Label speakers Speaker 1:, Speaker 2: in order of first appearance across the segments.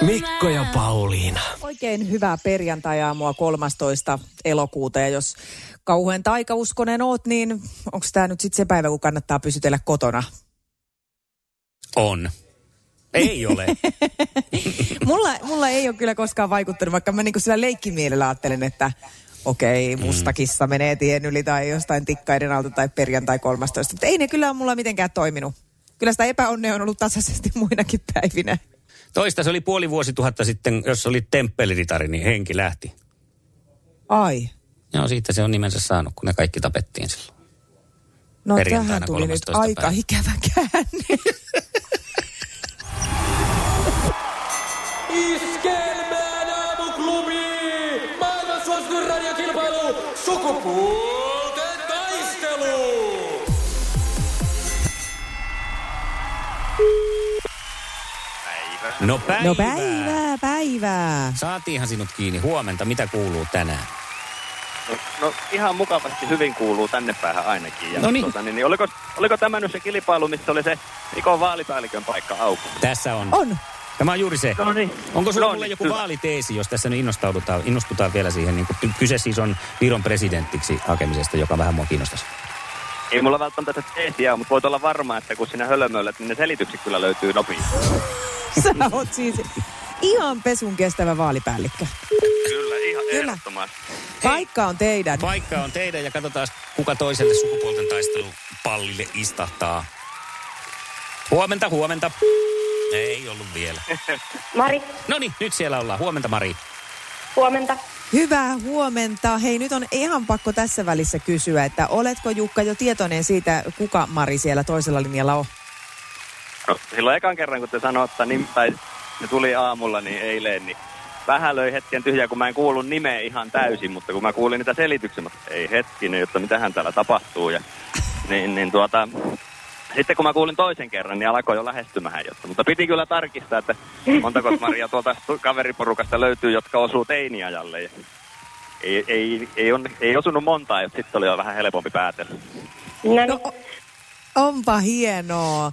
Speaker 1: Mikko ja Pauliina.
Speaker 2: Oikein hyvää perjantai-aamua 13. elokuuta ja jos kauhean taikauskonen oot, niin onko tämä nyt sitten se päivä, kun kannattaa pysytellä kotona?
Speaker 3: On. Ei ole.
Speaker 2: Mulla, mulla ei ole kyllä koskaan vaikuttanut, vaikka mä niinku sillä leikkimielellä ajattelen, että okei,
Speaker 3: Mm.
Speaker 2: musta kissa menee tien yli tai jostain tikkaiden alta tai perjantai 13. Mutta ei ne kyllä ole mulla mitenkään toiminut. Kyllä sitä epäonnea on ollut tasaisesti muinakin päivinä.
Speaker 3: Toista se oli puoli vuosituhatta sitten, jos oli temppeliritari, niin henki lähti.
Speaker 2: Ai,
Speaker 3: Joo, siitä se on nimensä saanut, kun ne kaikki tapettiin silloin.
Speaker 2: no
Speaker 3: Perjantaina
Speaker 2: tähän tuli nyt aika
Speaker 3: 13. päivä.
Speaker 2: ikävä käänne.
Speaker 4: Iskelmään aamuklubi! Maailman suosituin radiokilpailu! Sukupuolten taistelu!
Speaker 3: No päivää.
Speaker 2: No päivää, päivää.
Speaker 3: Saatiinhan sinut kiinni. Huomenta, mitä kuuluu tänään?
Speaker 5: No, no ihan mukavasti hyvin kuuluu tänne päähän ainakin. Ja,
Speaker 3: No niin.
Speaker 5: Tuota, niin, niin oliko, oliko tämä nyt se kilpailu, missä oli se Mikon vaalipäällikön paikka auki?
Speaker 3: Tässä on.
Speaker 2: On.
Speaker 3: Tämä on juuri se.
Speaker 5: Oh! No niin.
Speaker 3: Onko sulla
Speaker 5: No
Speaker 3: mulle
Speaker 5: niin,
Speaker 3: joku
Speaker 5: hyvä.
Speaker 3: vaaliteesi, jos tässä nyt innostaudutaan, innostutaan vielä siihen? Niin kuin, kyse siis on Viron presidenttiksi hakemisesta, joka vähän mua kiinnostaisi.
Speaker 5: Ei mulla välttämättä teesiä, mutta voit olla varma, että kun sinä hölmöilät, niin ne selitykset kyllä löytyy nopeasti.
Speaker 2: Sä oot siis ihan pesun kestävä vaalipäällikkö.
Speaker 5: Kyllä, ihan
Speaker 2: Kyllä.
Speaker 5: ehdottomasti.
Speaker 2: Paikka on teidän.
Speaker 3: Paikka on teidän ja katsotaan, kuka toiselle sukupuolten taistelupallille istahtaa. Huomenta, huomenta. Ei ollut vielä.
Speaker 6: Mari,
Speaker 3: No niin, nyt siellä ollaan. Huomenta Mari.
Speaker 6: huomenta.
Speaker 2: Hyvää huomenta. Hei, nyt on ihan pakko tässä välissä kysyä, että oletko Jukka jo tietoinen siitä, kuka Mari siellä toisella linjalla on?
Speaker 5: No, silloin ekan kerran, kun te sanoitte nimittäin, ne tuli aamulla, niin eilen, niin vähän löi hetken tyhjää, kun mä en kuullut nimeä ihan täysin, mutta kun mä kuulin niitä selityksiä, mä ei hetkinen, että mitähän täällä tapahtuu. Ja, niin, niin tuota, sitten kun mä kuulin toisen kerran, niin alkoi jo lähestymähän jotta. Mutta piti kyllä tarkistaa, että montako Maria tuolta tu- kaveriporukasta löytyy, jotka osuu teiniajalle. Ja ei, ei, ei, on, ei osunut montaa, jotta sitten oli jo vähän helpompi päätellä.
Speaker 6: No niin.
Speaker 2: No, o- onpa hienoa.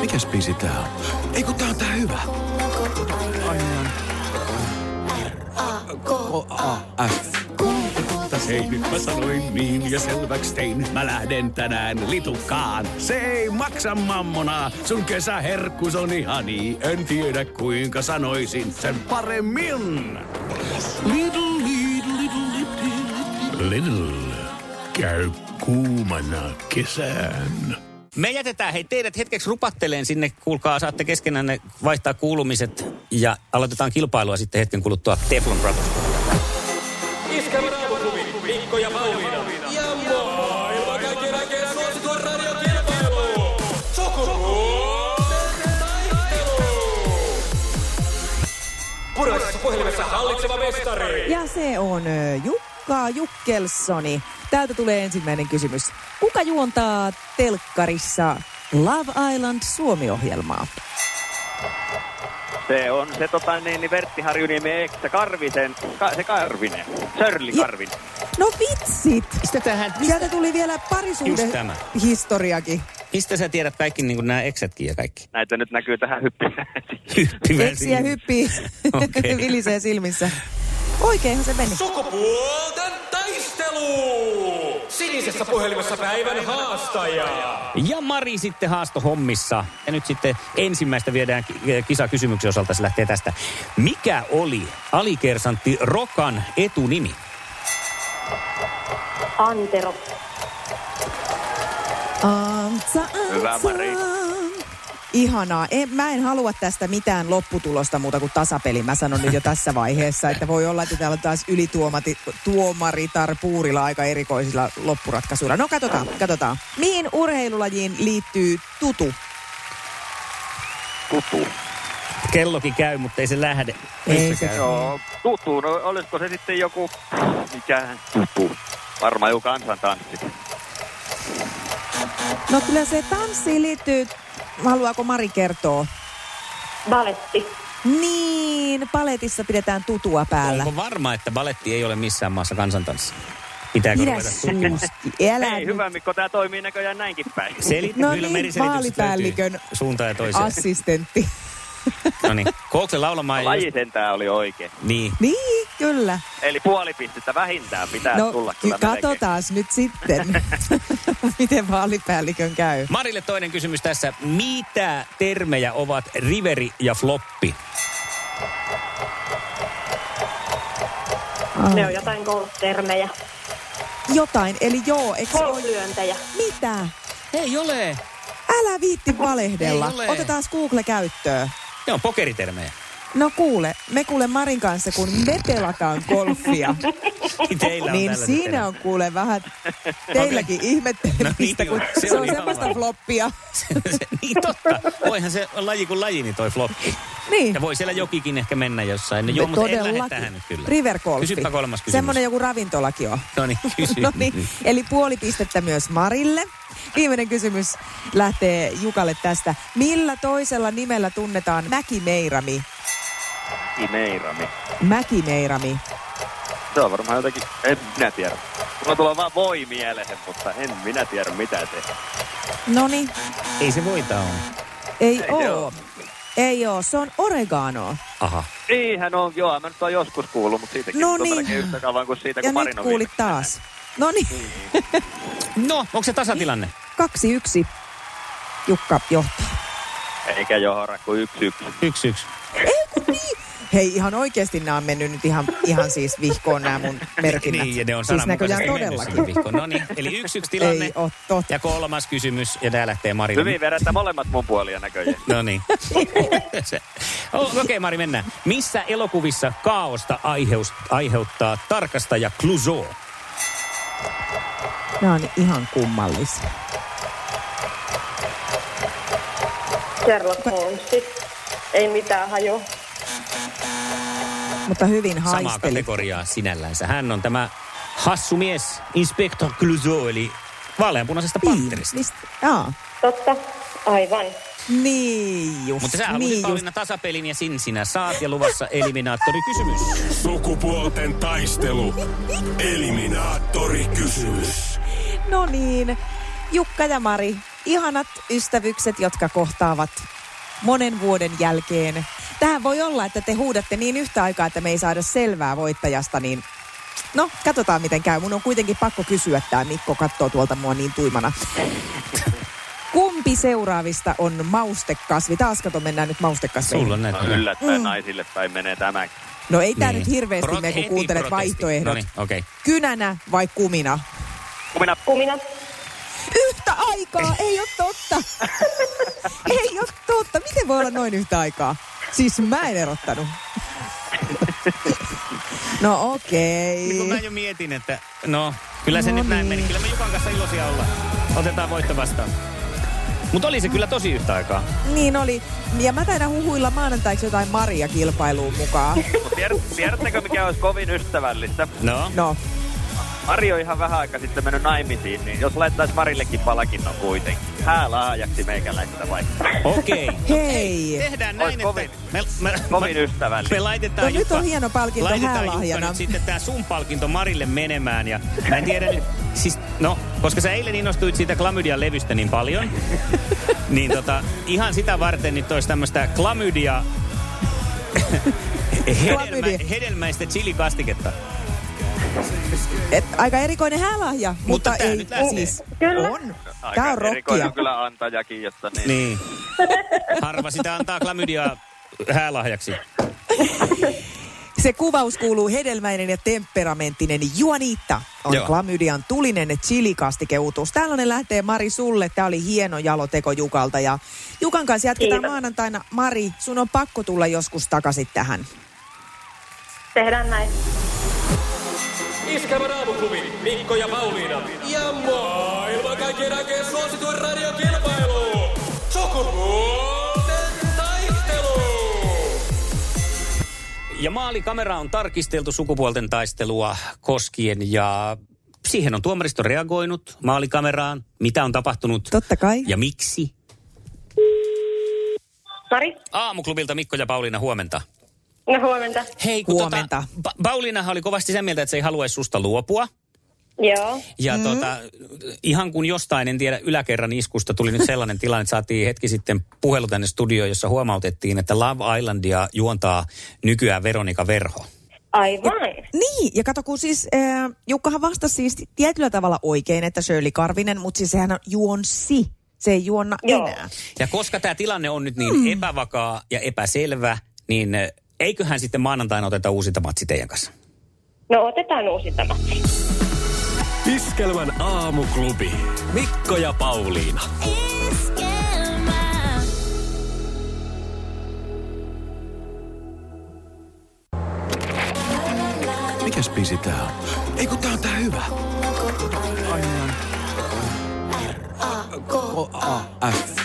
Speaker 4: Mikäs biisi tää on? Ei kun tää on tää hyvä. K-A-F. Hei, nyt mä sanoin niin ja selväksi tein. Mä lähden tänään litukaan. Se ei maksa mammonaa. Sun kesäherkkus on ihani. En tiedä kuinka sanoisin sen paremmin. Little, little, little, little. Little. Käy kuumana kesään.
Speaker 3: Me jätetään hei teidät hetkeksi rupatteleen sinne. Kuulkaa, saatte keskenään vaihtaa kuulumiset ja aloitetaan kilpailua sitten hetken kuluttua Teflon Brothers.
Speaker 4: Iskävä raamuklubi, Mikko ja Pauliina. Ja maailman kaikkien aikeen suosituen radiokilpailu. Sukupuolten taistelu. Puraisessa puhelimessa hallitseva mestari.
Speaker 2: Ja se on ö, Jukka Jukkelsoni. Täältä tulee ensimmäinen kysymys. Kuka juontaa telkkarissa Love Island Suomi-ohjelmaa?
Speaker 5: Se on se tota, niin, niin Vertti Harjuniemi eksä Karvisen, ka, se Karvinen, Sörli
Speaker 2: Ja-
Speaker 5: Karvinen.
Speaker 2: No vitsit!
Speaker 3: Mistä, tähän,
Speaker 2: Sieltä tuli vielä
Speaker 3: Just
Speaker 2: parisuuden
Speaker 3: tämä.
Speaker 2: historiakin.
Speaker 3: mistä sä tiedät kaikki niin kuin nämä eksätkin ja kaikki?
Speaker 5: Näitä nyt näkyy tähän hyppimään.
Speaker 2: Eksiä hyppii
Speaker 3: Okei.
Speaker 2: vilisee silmissä. Oikeinhan se meni.
Speaker 4: Sukupuolten taistelu.
Speaker 7: sinisessä puhelimessa päivän haastajaa.
Speaker 3: Ja Mari sitten haastohommissa. Ja nyt sitten ensimmäistä viedään ki- kisakysymyksen osalta, se lähtee tästä. Mikä oli alikersantti Rokan etunimi?
Speaker 6: Antero.
Speaker 2: Antsa,
Speaker 5: Hyvä,
Speaker 2: antsa.
Speaker 5: Mari.
Speaker 2: Ihanaa. En, mä en halua tästä mitään lopputulosta muuta kuin tasapeli. Mä sanon nyt jo tässä vaiheessa, että voi olla, että täällä on taas ylituomati, tuomaritar puurilla aika erikoisilla loppuratkaisuilla. No katsotaan, katsotaan. Mihin urheilulajiin liittyy tutu?
Speaker 5: Tutu.
Speaker 3: Kellokin käy, mutta ei se lähde.
Speaker 2: Ei se
Speaker 5: Joo, tutu. No olisiko se sitten joku, mikähän tutu? Varmaan joku kansantanssi.
Speaker 2: No kyllä se tanssiin liittyy, haluaako Mari kertoa?
Speaker 6: Valetti.
Speaker 2: Niin, paletissa pidetään tutua päällä.
Speaker 3: Onko varma, että baletti ei ole missään maassa kansantanssi? Pitääkö
Speaker 2: Pidä
Speaker 3: ruveta?
Speaker 2: suusti, älä
Speaker 5: Ei,
Speaker 2: nyt.
Speaker 5: hyvä Mikko, tää toimii näköjään näinkin päin.
Speaker 3: Selit,
Speaker 2: No
Speaker 3: kyllä
Speaker 2: niin,
Speaker 3: meriselitykset
Speaker 2: vaalipäällikön
Speaker 3: löytyy Suuntaan ja toiseen.
Speaker 2: Assistentti.
Speaker 3: No niin, Kooksen laulamaa ei
Speaker 5: Laji sentään oli oikein.
Speaker 3: Niin.
Speaker 2: Niin, kyllä.
Speaker 5: Eli puoli pistettä vähintään pitää tulla kyllä melkein.
Speaker 2: No, katsotaan nyt sitten, miten vaalipäällikön käy.
Speaker 3: Marille toinen kysymys tässä. Mitä termejä ovat riveri ja floppi?
Speaker 6: Ne on jotain golftermejä.
Speaker 2: Jotain, eli joo, eikö se ole?
Speaker 6: Golflyöntejä.
Speaker 2: Mitä?
Speaker 3: Ei ole.
Speaker 2: Älä viitti valehdella.
Speaker 3: Ei ole.
Speaker 2: Otetaan Google käyttöön.
Speaker 3: Ne on pokeritermejä.
Speaker 2: No kuule, me kuule Marin kanssa, kun me pelataan golfia,
Speaker 3: Teillä on
Speaker 2: niin
Speaker 3: tällaiset
Speaker 2: siinä
Speaker 3: termit.
Speaker 2: on kuule vähän teilläkin ihmettelemistä,
Speaker 3: No niin,
Speaker 2: kun
Speaker 3: se
Speaker 2: se
Speaker 3: on
Speaker 2: on
Speaker 3: ihan
Speaker 2: semmoista
Speaker 3: varma.
Speaker 2: floppia.
Speaker 3: se, niin totta. Voihan se laji kuin laji, niin toi floppi.
Speaker 2: Niin.
Speaker 3: Ja voi siellä jokikin ehkä mennä jossain. No, joo, mutta en lähde tähän nyt kyllä.
Speaker 2: River golfi.
Speaker 3: Kysypä kolmas kysymys.
Speaker 2: Semmoinen joku ravintolakin on.
Speaker 3: No niin, kysy.
Speaker 2: No niin, eli puoli pistettä myös Marille. Viimeinen kysymys lähtee Jukalle tästä. Millä toisella nimellä tunnetaan Mäkimeirami?
Speaker 5: Kimeirami.
Speaker 2: Mäkimeirami.
Speaker 5: niin Se on varmaan jotakin, en minä tiedä. Mulla tulee vaan voi mieleen, mutta en minä tiedä mitä se.
Speaker 2: Noni,
Speaker 3: Ei se voita ole.
Speaker 2: No niin, ei,
Speaker 5: Ei
Speaker 2: ei oo.
Speaker 5: oo.
Speaker 2: Ei oo, se on oregano.
Speaker 3: Aha.
Speaker 5: Niinhän on, joo, mä nyt oon joskus kuullut, mutta siitäkin
Speaker 2: No
Speaker 5: nyt on
Speaker 2: niin.
Speaker 5: melkein yhtä kauan kuin siitä,
Speaker 2: Ja
Speaker 5: kun
Speaker 2: nyt
Speaker 5: Marin on
Speaker 2: kuulit
Speaker 5: viimeksi.
Speaker 2: taas. No niin,
Speaker 3: No, onko se tasatilanne?
Speaker 2: kaksi yksi. Jukka johtaa.
Speaker 5: Eikä johora kuin yksi yksi.
Speaker 3: Yksi, yksi.
Speaker 2: Hei, ihan oikeasti nämä on mennyt nyt ihan, ihan siis vihkoon nämä mun merkinnät.
Speaker 3: Niin, ja ne on
Speaker 2: siis näköjään
Speaker 3: sananmukaisesti mennyt siihen
Speaker 2: todellakin.
Speaker 3: vihkoon. No niin, eli yksi, yksi tilanne.
Speaker 2: Ei oo totta.
Speaker 3: Ja kolmas kysymys, ja tää lähtee Marille.
Speaker 5: Hyvin vedätte molemmat mun puolia näköjään.
Speaker 3: No niin. Se- Oh, Okei okay, Mari, mennään. Missä elokuvissa kaaosta aiheus, aiheuttaa tarkastaja Clouseau?
Speaker 2: Nämä on ihan kummallisia.
Speaker 6: Sherlock Holmesit. Ei mitään hajoa.
Speaker 2: Mutta hyvin
Speaker 3: Samaa
Speaker 2: haisteli.
Speaker 3: kategoriaa sinällänsä. Hän on tämä hassu mies, Inspector Clouseau, eli vaaleanpunaisesta
Speaker 2: Niin.
Speaker 3: panterista.
Speaker 2: Mistä? Jaa.
Speaker 6: Totta. Aivan.
Speaker 2: Niin just.
Speaker 3: Mutta sä halusit
Speaker 2: niin
Speaker 3: Pauliina tasapelin ja sin sinä saat ja luvassa eliminaattorikysymys.
Speaker 7: Sukupuolten taistelu. Eliminaattori kysymys.
Speaker 2: No niin. Jukka ja Mari, ihanat ystävykset, jotka kohtaavat monen vuoden jälkeen. Tähän voi olla, että te huudatte niin yhtä aikaa, että me ei saada selvää voittajasta, niin No, katsotaan miten käy. Mun on kuitenkin pakko kysyä, tämä Mikko katsoo tuolta mua niin tuimana. Kumpi seuraavista on maustekasvi? Taas kato, mennään nyt maustekasveihin.
Speaker 3: Sulla on näitä.
Speaker 5: No, yllättäen
Speaker 2: Mm.
Speaker 5: naisille päin menee tämäkin.
Speaker 2: No ei tämä
Speaker 3: Niin. No
Speaker 2: nyt hirveästi
Speaker 3: Pro-
Speaker 2: mene, kun
Speaker 3: heti
Speaker 2: kuuntelet
Speaker 3: protesti.
Speaker 2: vaihtoehdot.
Speaker 3: Noniin, okei.
Speaker 2: Kynänä vai kumina?
Speaker 5: Kun minä
Speaker 6: Kumina.
Speaker 2: Yhtä aikaa, ei ole totta. ei ole totta. Miten voi olla noin yhtä aikaa? Siis mä en erottanut. no okei.
Speaker 3: Niin kun mä jo mietin, että no, kyllä se no nyt näin meni.
Speaker 2: niin.
Speaker 3: Kyllä me Jukan kanssa iloisia olla. Otetaan voitto vastaan. Mutta oli se kyllä tosi yhtä aikaa.
Speaker 2: Niin oli. Ja mä taidan huhuilla maanantaiksi jotain Maria kilpailuun mukaan.
Speaker 5: Mut tiedät- Tiedättekö, mikä olisi kovin ystävällistä?
Speaker 3: No.
Speaker 2: No,
Speaker 5: Mari on ihan vähän aika sitten mennyt naimisiin, niin jos laittaisi Marillekin palkinnon kuitenkin. Hää laajaksi meikäläistä vaikka.
Speaker 3: Okei.
Speaker 2: hei.
Speaker 3: Tehdään näin,
Speaker 5: Ois kovin-
Speaker 3: että me, me,
Speaker 5: Kovin
Speaker 3: me
Speaker 5: ystävällistä.
Speaker 3: laitetaan
Speaker 2: No nyt
Speaker 3: Jukka-
Speaker 2: on hieno palkinto
Speaker 3: laitetaan Jukka
Speaker 2: häälahjana.
Speaker 3: nyt sitten tää sun palkinto Marille menemään. Ja mä en tiedä nyt, siis, no, koska sä eilen innostuit siitä Klamydian levystä niin paljon, niin tota, ihan sitä varten nyt olisi tämmöistä Klamydia hedelmä,
Speaker 2: Klamydia.
Speaker 3: hedelmäistä chilikastiketta.
Speaker 2: Et, aika erikoinen häälahja, mutta, mutta
Speaker 3: tää
Speaker 2: ei
Speaker 3: nyt lähtee.
Speaker 2: siis.
Speaker 6: Kyllä.
Speaker 2: On.
Speaker 5: Aika
Speaker 2: Tää on
Speaker 5: erikoinen
Speaker 2: rockia.
Speaker 5: kyllä antajakin, jotta niin.
Speaker 3: Niin. Harva sitä antaa klamydiaa häälahjaksi.
Speaker 2: Se kuvaus kuuluu hedelmäinen ja temperamenttinen juaniitta. On
Speaker 3: Joo.
Speaker 2: Joo. klamydian tulinen chilikastikeutus. Tällainen lähtee Mari sulle. Tämä oli hieno jaloteko Jukalta. Ja Jukan kanssa jatketaan
Speaker 6: Kiitos.
Speaker 2: maanantaina. Mari, sun on pakko tulla joskus takaisin tähän.
Speaker 6: Tehdään näin.
Speaker 7: Iskävä raamuklubi, Mikko ja Pauliina. Ja maailman kaikkien aikeen suosituen radiokilpailu. Sukupuolten taistelu.
Speaker 3: Ja maalikamera on tarkisteltu sukupuolten taistelua koskien ja siihen on tuomaristo reagoinut maalikameraan, mitä on tapahtunut
Speaker 2: Totta kai.
Speaker 3: ja miksi.
Speaker 6: Mari?
Speaker 3: Aamuklubilta Mikko ja Pauliina, huomenta.
Speaker 6: No huomenta.
Speaker 3: Hei, kun
Speaker 2: Huomenta.
Speaker 3: Tota, pa- Pauliinahan oli kovasti sen mieltä, että se ei haluaisi susta luopua.
Speaker 6: Joo.
Speaker 3: Ja mm. tota, ihan kun jostain, en tiedä, yläkerran iskusta tuli nyt sellainen tilanne, että saatiin hetki sitten puhelu tänne studioon, jossa huomautettiin, että Love Islandia juontaa nykyään Veronika Verho.
Speaker 6: Aivan.
Speaker 2: Niin, ja kato kun siis äh, Jukkahan vastasi siis tietyllä tavalla oikein, että Shirley Karvinen, mutta siis sehän on juonsi. Se ei juonna
Speaker 6: Joo.
Speaker 2: enää.
Speaker 3: Ja koska tämä tilanne on nyt niin mm. epävakaa ja epäselvä, niin ö, eiköhän sitten maanantaina oteta uusinta matsi teidän kanssa.
Speaker 6: No otetaan uusintama.
Speaker 7: Iskelmän aamuklubi, Mikko ja Pauliina.
Speaker 4: Mikäs biisi tää on? Ei kun tää on tää hyvä. niin. R-A-K-A-F.